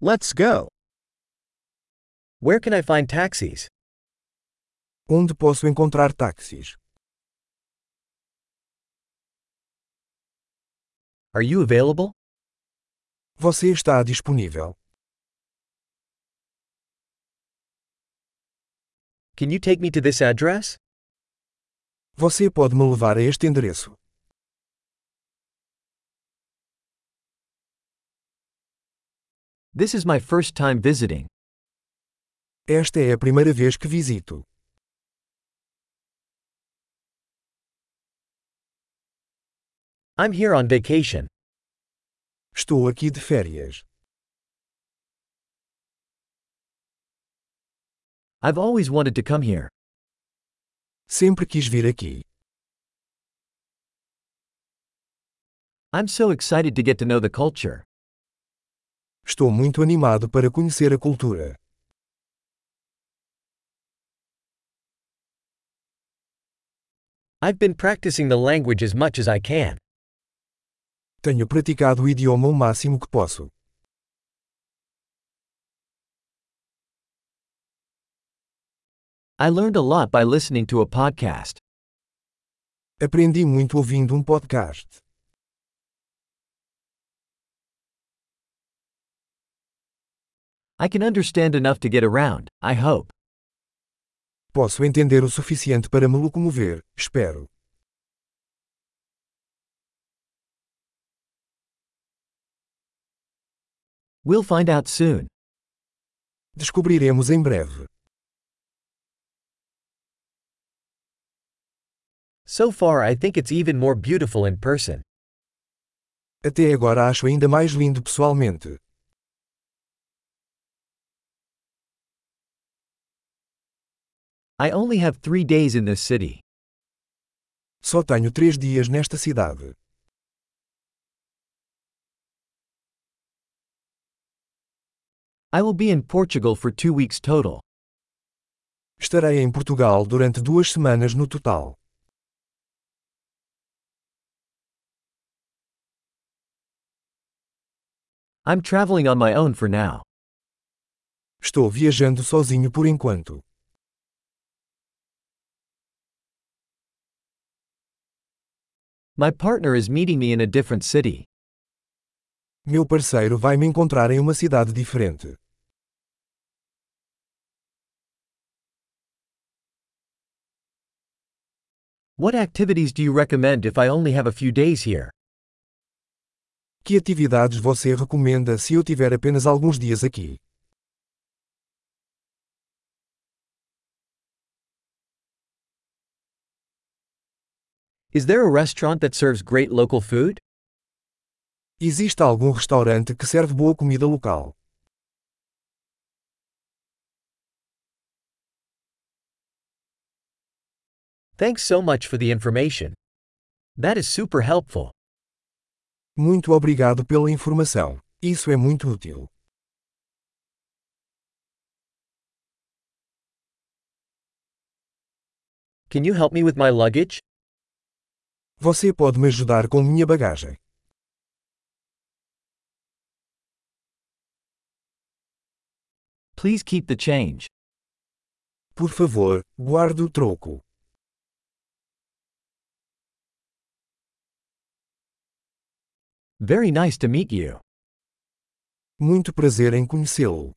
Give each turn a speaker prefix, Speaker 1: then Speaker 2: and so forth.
Speaker 1: Let's go.
Speaker 2: Where can I find taxis?
Speaker 3: Onde posso encontrar táxis?
Speaker 2: Are you available?
Speaker 3: Você está disponível.
Speaker 2: Can you take me to this address?
Speaker 3: Você pode me levar a este endereço.
Speaker 2: This is my first time visiting.
Speaker 3: Esta é a primeira vez que visito.
Speaker 2: I'm here on vacation.
Speaker 3: Estou aqui de férias.
Speaker 2: I've always wanted to come here.
Speaker 3: Sempre quis vir aqui.
Speaker 2: I'm so excited to get to know the culture.
Speaker 3: Estou muito animado para conhecer a cultura.
Speaker 2: I've been practicing the language as much as I can.
Speaker 3: Tenho praticado o idioma o máximo que posso.
Speaker 2: I learned a lot by listening to a podcast.
Speaker 3: Aprendi muito ouvindo um podcast.
Speaker 2: I can understand enough to get around, I hope.
Speaker 3: Posso entender o suficiente para me locomover, espero.
Speaker 2: We'll find out soon.
Speaker 3: Descobriremos em breve.
Speaker 2: So far, I think it's even more beautiful in person.
Speaker 3: Até agora acho ainda mais lindo pessoalmente.
Speaker 2: I only have three days in this city.
Speaker 3: Só tenho três dias nesta cidade.
Speaker 2: I will be in Portugal for two weeks total.
Speaker 3: Estarei em Portugal durante duas semanas no total.
Speaker 2: I'm traveling on my own for now.
Speaker 3: Estou viajando sozinho por enquanto.
Speaker 2: My partner is meeting me in a different city.
Speaker 3: Meu parceiro vai me encontrar em uma cidade diferente.
Speaker 2: What activities do you recommend if I only have a few days here?
Speaker 3: Que atividades você recomenda se eu tiver apenas alguns dias aqui?
Speaker 2: Is there a restaurant that serves great local food?
Speaker 3: Existe algum restaurante que serve boa comida local?
Speaker 2: Thanks so much for the information. That is super helpful.
Speaker 3: Muito obrigado pela informação. Isso é muito útil.
Speaker 2: Can you help me with my luggage?
Speaker 3: Você pode me ajudar com minha bagagem.
Speaker 2: Please keep the change.
Speaker 3: Por favor, guarde o troco.
Speaker 2: Very nice to meet you.
Speaker 3: Muito prazer em conhecê-lo.